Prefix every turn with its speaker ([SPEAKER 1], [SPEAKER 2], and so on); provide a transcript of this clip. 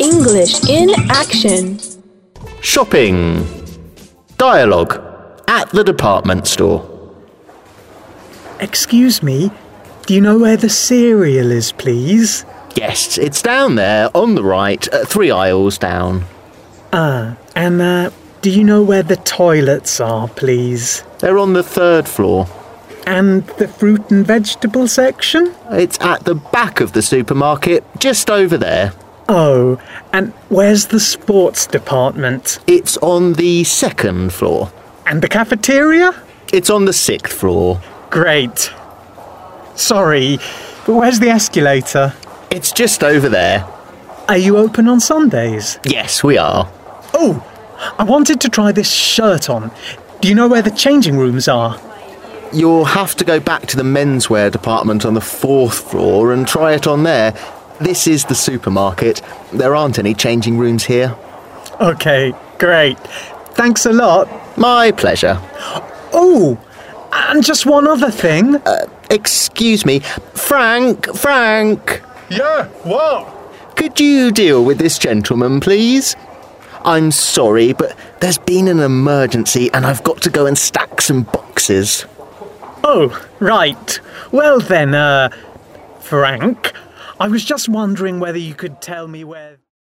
[SPEAKER 1] English in action.
[SPEAKER 2] Shopping. Dialogue. At the department store.
[SPEAKER 3] Excuse me, do you know where the cereal is, please?
[SPEAKER 2] Yes, it's down there on the right, uh, three aisles down.
[SPEAKER 3] And uh, do you know where the toilets are, please?
[SPEAKER 2] They're on the third floor.
[SPEAKER 3] And the fruit and vegetable section?
[SPEAKER 2] It's at the back of the supermarket, just over there.
[SPEAKER 3] Oh, and where's the sports department?
[SPEAKER 2] It's on the second floor.
[SPEAKER 3] And the cafeteria?
[SPEAKER 2] It's on the sixth floor.
[SPEAKER 3] Great. Sorry, but where's the escalator?
[SPEAKER 2] It's just over there.
[SPEAKER 3] Are you open on Sundays?
[SPEAKER 2] Yes, we are.
[SPEAKER 3] Oh, I wanted to try this shirt on. Do you know where the changing rooms are?
[SPEAKER 2] You'll have to go back to the menswear department on the fourth floor and try it on there. This is the supermarket. There aren't any changing rooms here.
[SPEAKER 3] Okay, great. Thanks a lot.
[SPEAKER 2] My pleasure.
[SPEAKER 3] Oh, and just one other thing.
[SPEAKER 2] Excuse me, Frank, Frank,
[SPEAKER 4] Yeah, what?
[SPEAKER 2] could you deal with this gentleman, please? I'm sorry, but there's been an emergency and I've got to go and stack some boxes.
[SPEAKER 3] Oh, right. Well then, uh, Frank, I was just wondering whether you could tell me where.